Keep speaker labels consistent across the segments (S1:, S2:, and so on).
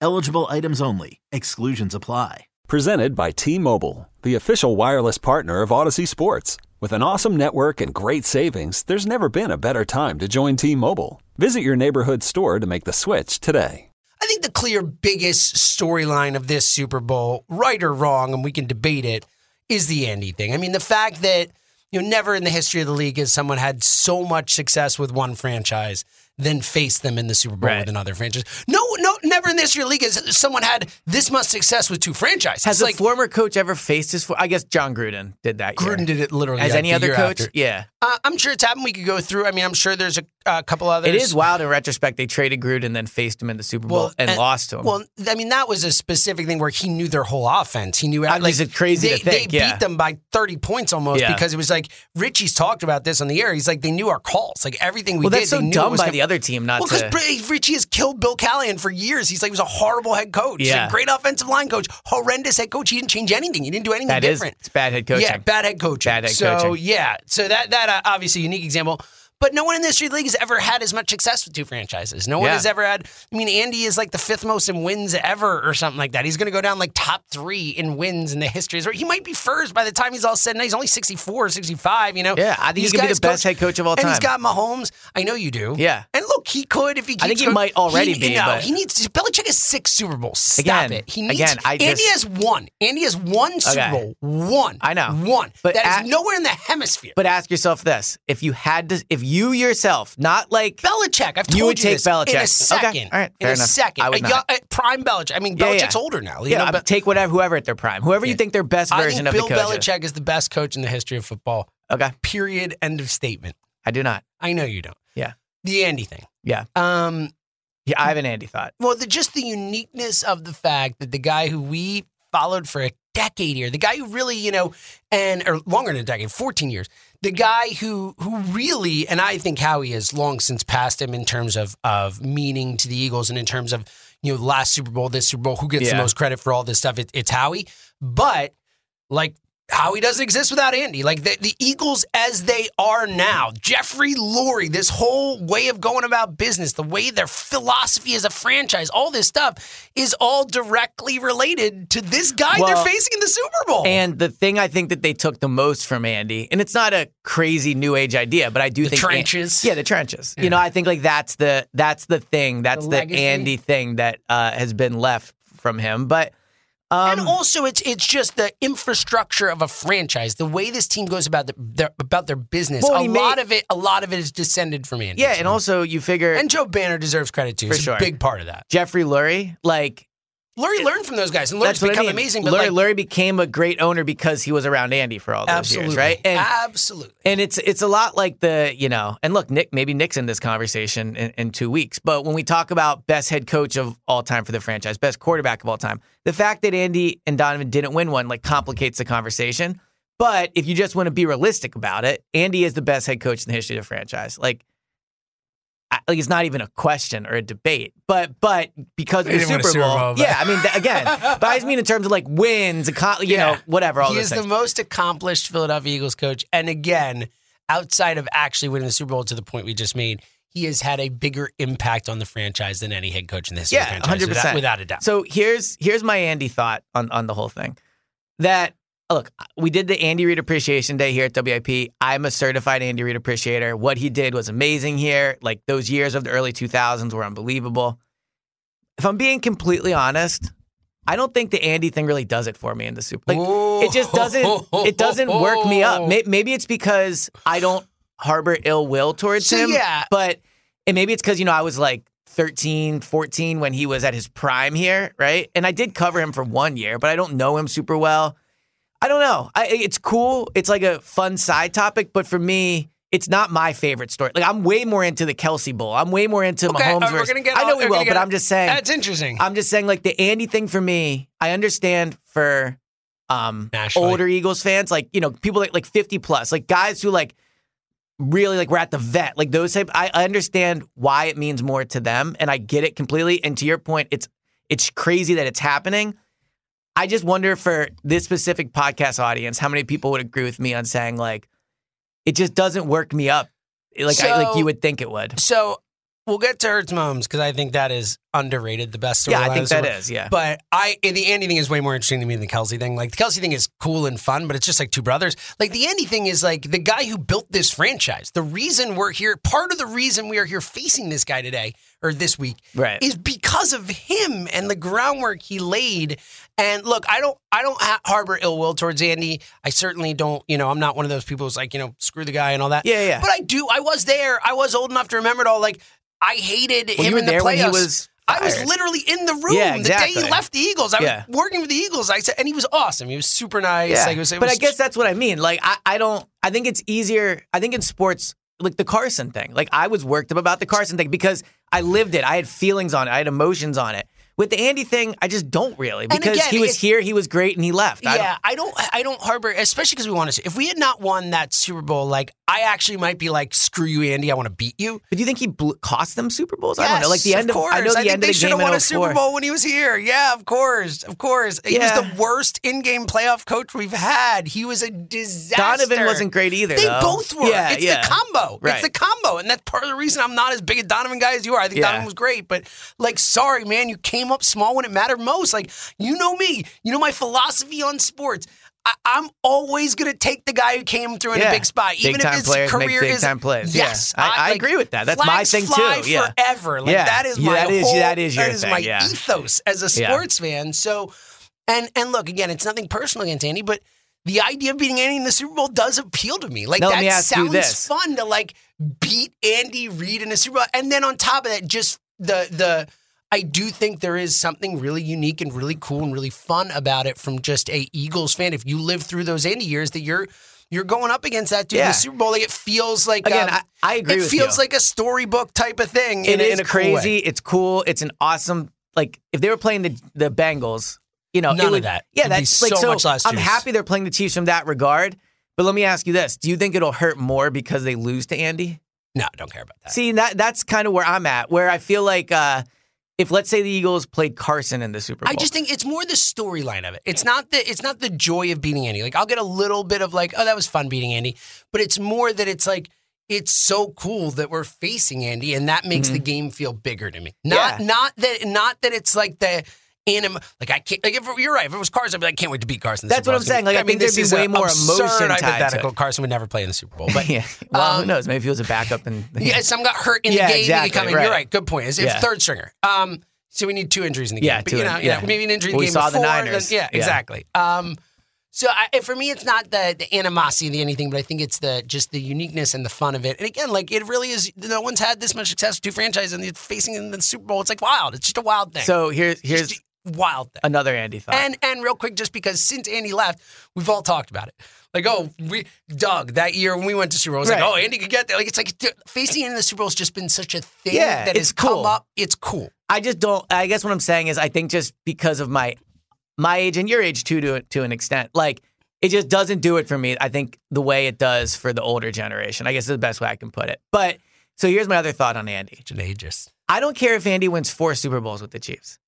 S1: Eligible items only. Exclusions apply.
S2: Presented by T Mobile, the official wireless partner of Odyssey Sports. With an awesome network and great savings, there's never been a better time to join T Mobile. Visit your neighborhood store to make the switch today.
S3: I think the clear biggest storyline of this Super Bowl, right or wrong, and we can debate it, is the Andy thing. I mean, the fact that you know never in the history of the league has someone had so much success with one franchise then faced them in the Super Bowl
S4: Right.
S3: with another franchise. No, no, never in the history of the league has someone had this much success with two franchises.
S4: Has a
S3: like
S4: former coach ever faced his? For- I guess John Gruden did that. year.
S3: Gruden did it literally.
S4: Has
S3: like,
S4: any
S3: the
S4: other
S3: year
S4: coach?
S3: after.
S4: Yeah.
S3: Uh, I'm sure it's happened. We could go through. I mean, I'm sure there's a, a couple others.
S4: It is wild in retrospect. They traded Gruden, then faced him in the Super Bowl and, lost to him.
S3: Well, I mean, that was a specific thing where he knew their whole offense. He knew.
S4: I mean, is it crazy
S3: They,
S4: to think?
S3: they
S4: Yeah.
S3: beat them by thirty points almost
S4: Yeah.
S3: because it was like Richie's talked about this on the air. He's like, they knew our calls, like everything we
S4: well,
S3: did.
S4: that's
S3: they
S4: so
S3: knew it
S4: dumb
S3: was
S4: by
S3: gonna-
S4: the other team not
S3: Well,
S4: to.
S3: because Richie has killed Bill Callahan for years. He's like, he was a horrible head coach. He's
S4: Yeah.
S3: a great offensive line coach, horrendous head coach. He didn't change anything. He didn't do anything
S4: that is
S3: different.
S4: it's bad head coaching.
S3: Yeah, bad head coaching.
S4: Bad head
S3: so,
S4: coaching.
S3: yeah, so that that uh, obviously a unique example. But no one in the history of the league has ever had as much success with two franchises. No one
S4: Yeah.
S3: has ever had. I mean, Andy is like the fifth most in wins ever, or something like that. He's going to go down like top three in wins in the history. Or He might be first by the time he's all said and done. He's only 64 or 65, you know?
S4: Yeah, I think
S3: These
S4: he could be
S3: guys
S4: the best head coach of all
S3: And he's
S4: time.
S3: got Mahomes. I know you do.
S4: Yeah.
S3: And look, he could if he keeps
S4: I think he
S3: go-
S4: might already
S3: he,
S4: be,
S3: No,
S4: but-
S3: he needs. Belichick has six Super Bowls. Stop
S4: Again,
S3: it. He needs,
S4: again, I
S3: Andy
S4: just-
S3: has one. Andy has one Super
S4: Okay.
S3: Bowl. One.
S4: I know.
S3: One.
S4: But
S3: That is
S4: at-
S3: nowhere in the hemisphere.
S4: But ask yourself this: If you had to, if you yourself, not like
S3: Belichick, I've told
S4: You
S3: you,
S4: would take
S3: this,
S4: Belichick.
S3: in
S4: Okay,
S3: a second.
S4: all right,
S3: in
S4: fair
S3: a
S4: enough.
S3: second.
S4: I would
S3: A
S4: not.
S3: young- a prime Belichick. I mean,
S4: Yeah, yeah.
S3: Belichick's older now. You
S4: yeah,
S3: know, but
S4: take whatever whoever at their prime, whoever you
S3: Yeah.
S4: think their best
S3: I
S4: version
S3: think Bill
S4: of the coach. is.
S3: Belichick is the best coach in the history of football.
S4: Okay,
S3: Period. End of statement.
S4: I do not.
S3: I know you don't.
S4: Yeah.
S3: The Andy thing.
S4: Yeah.
S3: Um.
S4: Yeah, I have an Andy thought.
S3: Well, the, just the uniqueness of the fact that the guy who we followed for a decade here, the guy who really, you know, and or longer than a decade, fourteen years, the guy who who really, and I think Howie has long since passed him in terms of of meaning to the Eagles and in terms of you know last Super Bowl, this Super Bowl, who gets
S4: Yeah.
S3: the most credit for all this stuff? It, it's Howie, but like. Howie doesn't exist without Andy. Like the, the Eagles as they are now, Jeffrey Lurie, this whole way of going about business, the way their philosophy as a franchise, all this stuff is all directly related to this guy
S4: Well,
S3: they're facing in the Super Bowl.
S4: And the thing I think that they took the most from Andy, and it's not a crazy new age idea, but I do
S3: The
S4: think
S3: trenches.
S4: yeah, the trenches. You know, I think like that's the that's the thing, that's
S3: The
S4: the,
S3: legacy.
S4: Andy thing that uh, has been left from him. But
S3: and
S4: um,
S3: also, it's it's just the infrastructure of a franchise, the way this team goes about the, their about their business.
S4: Well, and
S3: a
S4: he made-
S3: lot of it, a lot of it is descended from Andy.
S4: yeah, and also you figure
S3: and Joe Banner deserves credit too.
S4: For
S3: He's
S4: sure.
S3: a big part of that.
S4: Jeffrey Lurie, like
S3: Lurie learned from those guys, and Lurie's
S4: that's what
S3: become
S4: I mean.
S3: amazing. But
S4: Lurie,
S3: like,
S4: Lurie became a great owner because he was around Andy for all those
S3: absolutely,
S4: years, right? And
S3: absolutely.
S4: And it's it's a lot like the you know, and look, Nick, maybe Nick's in this conversation in, in two weeks. But when we talk about best head coach of all time for the franchise, best quarterback of all time, the fact that Andy and Donovan didn't win one like complicates the conversation. But if you just want to be realistic about it, Andy is the best head coach in the history of the franchise. Like, I, like it's not even a question or a debate. But but because of
S3: They
S4: the
S3: didn't win
S4: Super
S3: a
S4: Bowl,
S3: Super Bowl, but-
S4: yeah. I mean, th- again, but I just mean in terms of like wins, aco- you know,
S3: Yeah.
S4: whatever. All
S3: he
S4: this
S3: is the most accomplished Philadelphia Eagles coach, and again, outside of actually winning the Super Bowl to the point we just made, he has had a bigger impact on the franchise than any head coach in the history of the
S4: Yeah,
S3: franchise,
S4: hundred
S3: without,
S4: percent,
S3: without a doubt.
S4: So here's here's my Andy thought on on the whole thing. That look, we did the Andy Reid Appreciation Day here at WIP. I'm a certified Andy Reid appreciator. What he did was amazing here. Like those years of the early 2000s were unbelievable. If I'm being completely honest, I don't think the Andy thing really does it for me in the Super. Like it just doesn't it doesn't work me up. May- Maybe it's because I don't harbor ill will towards
S3: So,
S4: him.
S3: yeah.
S4: But and maybe it's because you know I was like 13, 14 when he was at his prime here, right? And I did cover him for one year, but I don't know him super well. I don't know. I, it's cool. It's like a fun side topic, but for me, it's not my favorite story. Like I'm way more into the Kelsey Bowl. I'm way more into
S3: Okay, all
S4: Mahomes.
S3: right, we're
S4: versus-
S3: gonna get
S4: I know
S3: all-
S4: we
S3: we're
S4: will,
S3: gonna get
S4: but
S3: all-
S4: I'm just saying.
S3: That's interesting.
S4: I'm just saying, like the Andy thing for me, I understand for um
S3: Nationally.
S4: older Eagles fans, like you know, people like like 50 plus, like guys who like really like were at the vet, like those type. I I understand why it means more to them, and I get it completely. And to your point, it's it's crazy that it's happening. I just wonder for this specific podcast audience, how many people would agree with me on saying like it just doesn't work me up, like I, like
S3: So-
S4: you would think it would.
S3: so we'll get to Hurts Moms because I think that is underrated. The best.
S4: Yeah, I
S3: storyline
S4: think
S3: of the
S4: that
S3: Super
S4: is. Yeah.
S3: But I the Andy thing is way more interesting to me than the Kelsey thing. Like the Kelsey thing is cool and fun, but it's just like two brothers. Like the Andy thing is like the guy who built this franchise. The reason we're here, part of the reason we are here facing this guy today or this week
S4: Right.
S3: is because of him and the groundwork he laid. And look, I don't I don't ha- harbor ill will towards Andy. I certainly don't, you know, I'm not one of those people who's like, you know, screw the guy and all that.
S4: Yeah, yeah.
S3: But I do I was there. I was old enough to remember it all like I hated
S4: Well,
S3: him
S4: you were
S3: in the
S4: there
S3: playoffs.
S4: when he was
S3: I was
S4: fired.
S3: literally in the room
S4: Yeah,
S3: the day
S4: exactly.
S3: he left the Eagles. I
S4: Yeah.
S3: was working with the Eagles. I said, and he was awesome. He was super nice. Like, it was, it
S4: but
S3: was
S4: I guess that's what I mean. Like, I, I don't, I think it's easier. I think in sports, like the Carson thing, like I was worked up about the Carson thing because I lived it. I had feelings on it. I had emotions on it. With the Andy thing, I just don't really because
S3: again,
S4: he was
S3: it's-
S4: here, he was great, and he left. I
S3: yeah, I don't, I don't harbor, especially because we wanted to. If we had not won that Super Bowl, like I actually might be like, screw you, Andy. I want to beat you.
S4: But do you think he bl- cost them Super Bowls? I don't know. Like the
S3: Yes,
S4: end
S3: of
S4: of,
S3: course.
S4: I know the
S3: think
S4: end
S3: they
S4: of the
S3: should
S4: game
S3: have
S4: in
S3: won a
S4: 04.
S3: Super Bowl when he was here. Yeah, of course, of course. He
S4: Yeah.
S3: was the worst in-game playoff coach we've had. He was a disaster.
S4: Donovan wasn't great either.
S3: They
S4: though.
S3: both were.
S4: Yeah,
S3: it's
S4: yeah.
S3: the combo.
S4: Right.
S3: It's the combo. And that's part of the reason I'm not as big a Donovan guy as you are. I think
S4: Yeah.
S3: Donovan was great, but like, sorry, man, you came up small when it mattered most. Like, you know me. You know my philosophy on sports. I, I'm always going to take the guy who came through in
S4: Yeah.
S3: a big spot, even
S4: Big-time
S3: if his
S4: players make
S3: career is
S4: big-time plays. Yeah.
S3: Yes,
S4: I- I
S3: like,
S4: agree with that. That's my
S3: flags
S4: thing,
S3: fly
S4: too. Yeah.
S3: forever. Like
S4: Yeah.
S3: that is
S4: Yeah,
S3: my
S4: that is-
S3: whole,
S4: that is your
S3: that is
S4: thing,
S3: my
S4: yeah.
S3: ethos as a
S4: Yeah.
S3: sports fan. So, and and look again, it's nothing personal against Andy, but the idea of beating Andy in the Super Bowl does appeal to me. Like
S4: Now, let
S3: that
S4: me ask you
S3: sounds
S4: this.
S3: fun to like beat Andy Reid in a Super Bowl, and then on top of that, just the the. I do think there is something really unique and really cool and really fun about it from just a Eagles fan. If you live through those Andy years, that you're you're going up against that dude in
S4: Yeah.
S3: the Super Bowl, like it feels like
S4: Again,
S3: um,
S4: I- I agree
S3: It
S4: with
S3: feels
S4: you.
S3: like a storybook type of thing.
S4: It
S3: in,
S4: is
S3: a- in a cool way.
S4: crazy. It's cool. It's an awesome. Like if they were playing the the Bengals, you know,
S3: None
S4: it
S3: of
S4: would,
S3: that.
S4: Yeah,
S3: It'd be
S4: that's like
S3: so
S4: so.
S3: much less
S4: I'm
S3: juice.
S4: happy they're playing the Chiefs from that regard. But let me ask you this: Do you think it'll hurt more because they lose to Andy?
S3: No, I don't care about that.
S4: See, that that's kind of where I'm at. Where I feel like uh, if let's say the Eagles played Carson in the Super Bowl,
S3: I just think it's more the storyline of it. It's not the it's not the joy of beating Andy. Like I'll get a little bit of like, oh, that was fun beating Andy, but it's more that it's like it's so cool that we're facing Andy, and that makes the game feel bigger to me. Not
S4: Mm-hmm. Yeah.
S3: not that not that it's like the anim like I can't like if it- you're right if it was Carson I'd be like, I can't wait to beat Carson. in the
S4: That's
S3: Super
S4: what
S3: Bowl.
S4: I'm saying. Like, I think
S3: mean, this
S4: there'd be
S3: is a
S4: way more
S3: absurd
S4: emotion tied to it.
S3: hypothetical. Carson would never play in the Super Bowl, but
S4: yeah. Well, who
S3: um,
S4: knows? Maybe he was a backup and
S3: Yeah, some got hurt in
S4: Yeah,
S3: the game.
S4: exactly,
S3: Exactly, could come in.
S4: right.
S3: You're right. Good point. It's, it's
S4: Yeah.
S3: third stringer. Um, so we need two injuries in the game.
S4: Yeah,
S3: But,
S4: two
S3: you know,
S4: in-
S3: you know,
S4: yeah.
S3: maybe an injury in the
S4: Well, we
S3: game
S4: saw the
S3: before. then-
S4: Niners.
S3: yeah,
S4: Yeah.
S3: exactly. Um, so I, and for me, it's not the, the animosity, the anything, but I think it's the just the uniqueness and the fun of it. And again, like it really is. No one's had this much success with two franchises, and they're facing in the Super Bowl. It's like wild. It's just a wild thing.
S4: So here's
S3: It's
S4: here's
S3: just a wild thing.
S4: another Andy thought.
S3: And and real quick, just because since Andy left, we've all talked about it. Like, oh, we Doug that year when we went to Super Bowl, it was
S4: Right.
S3: like, oh, Andy could get there. Like, it's like dude, facing Andy in the Super Bowl has just been such a thing
S4: Yeah,
S3: that
S4: it's
S3: has
S4: cool.
S3: come up. It's cool.
S4: I just don't. I guess what I'm saying is, I think just because of my my age and your age too, to to an extent, like it just doesn't do it for me. I think the way it does for the older generation. I guess is the best way I can put it. But so here's my other thought on Andy.
S3: It's ageist.
S4: I don't care if Andy wins four Super Bowls with the Chiefs.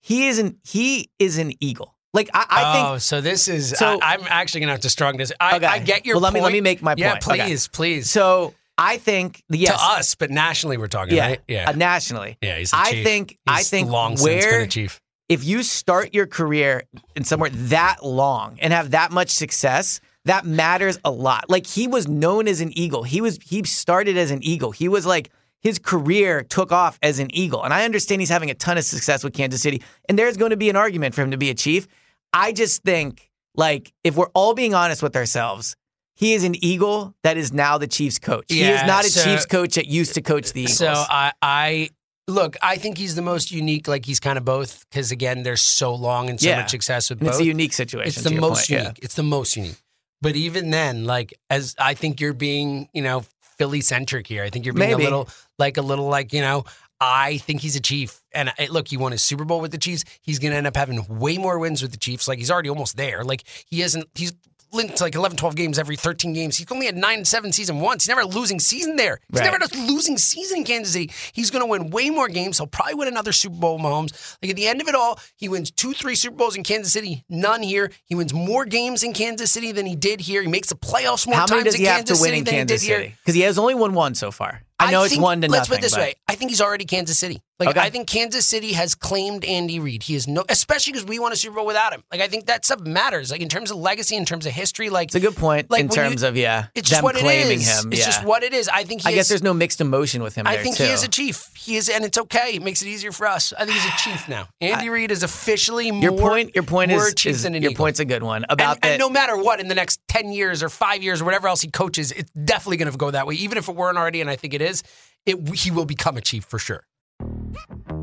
S4: He isn't. He is an Eagle. Like I, I think.
S3: oh, so this is.
S4: So-
S3: I, am actually gonna have to strong this. I,
S4: Oh, Okay.
S3: I get your.
S4: Well, let me-
S3: point.
S4: let me make my
S3: yeah,
S4: point. Okay.
S3: please, please.
S4: So I think yes.
S3: to us, but nationally, we're talking.
S4: yeah,
S3: right? yeah,
S4: uh, nationally.
S3: yeah. He's the
S4: I
S3: chief.
S4: think. I
S3: He's
S4: think
S3: long
S4: where
S3: since been a chief.
S4: if you start your career in somewhere that long and have that much success, that matters a lot. Like he was known as an eagle. He was he started as an eagle. He was like his career took off as an eagle. And I understand he's having a ton of success with Kansas City. And there's going to be an argument for him to be a chief. I just think like if we're all being honest with ourselves, he is an eagle that is now the Chiefs coach. he is
S3: Yeah,
S4: not a
S3: so-
S4: Chiefs coach that used to coach the Eagles.
S3: So I, I Look, I think he's the most unique. Like he's kind of both because again, there's so long and so
S4: Yeah.
S3: much success with
S4: And
S3: both.
S4: it's a unique situation.
S3: It's
S4: to
S3: the
S4: your
S3: most
S4: point,
S3: unique.
S4: yeah.
S3: It's the most unique. But even then, like as I think you're being, you know, Philly centric here. I think you're being
S4: Maybe.
S3: a little like a little like you know. I think he's a Chief, and I, look, he won his Super Bowl with the Chiefs. He's going to end up having way more wins with the Chiefs. Like he's already almost there. Like he isn't. He's linked to like 11, 12 games every 13 games. He's only had nine and seven season once. He's never had a losing season there. He's
S4: Right.
S3: never had a losing season in Kansas City. He's going to win way more games. He'll probably win another Super Bowl, Mahomes. Like at the end of it all, he wins two, three Super Bowls in Kansas City, none here. He wins more games in Kansas City than he did here. He makes the playoffs more
S4: How
S3: times
S4: many does
S3: in
S4: he have
S3: Kansas
S4: to win
S3: City
S4: in
S3: than
S4: Kansas
S3: he did here.
S4: City? Because he has only won one so far. I know it's
S3: think-
S4: one to
S3: Let's
S4: nothing.
S3: put it this
S4: but-
S3: way: I think he's already Kansas City. Like
S4: Okay.
S3: I think Kansas City has claimed Andy Reid. He is no, especially because we won a Super Bowl without him. Like I think that stuff matters. Like in terms of legacy, in terms of history, like
S4: It's a good point
S3: Like,
S4: in
S3: when you-
S4: terms of yeah,
S3: it's
S4: them
S3: just what
S4: claiming
S3: it is.
S4: him.
S3: It's
S4: yeah.
S3: just what it is. I think he
S4: I guess
S3: is,
S4: there's no mixed emotion with him.
S3: I
S4: there,
S3: think
S4: too.
S3: he is a chief. He is, and it's okay. It makes it easier for us. I think he's a chief now. Andy Reid is officially
S4: Your
S3: more
S4: point. Your point
S3: more
S4: is,
S3: a chief
S4: is-
S3: than an
S4: your
S3: Eagle.
S4: point's a good one
S3: And-
S4: about
S3: and,
S4: that.
S3: no matter what, in the next ten years or five years or whatever else he coaches, it's definitely going to go that way. Even if it weren't already, and I think it is, it he will become a chief for sure.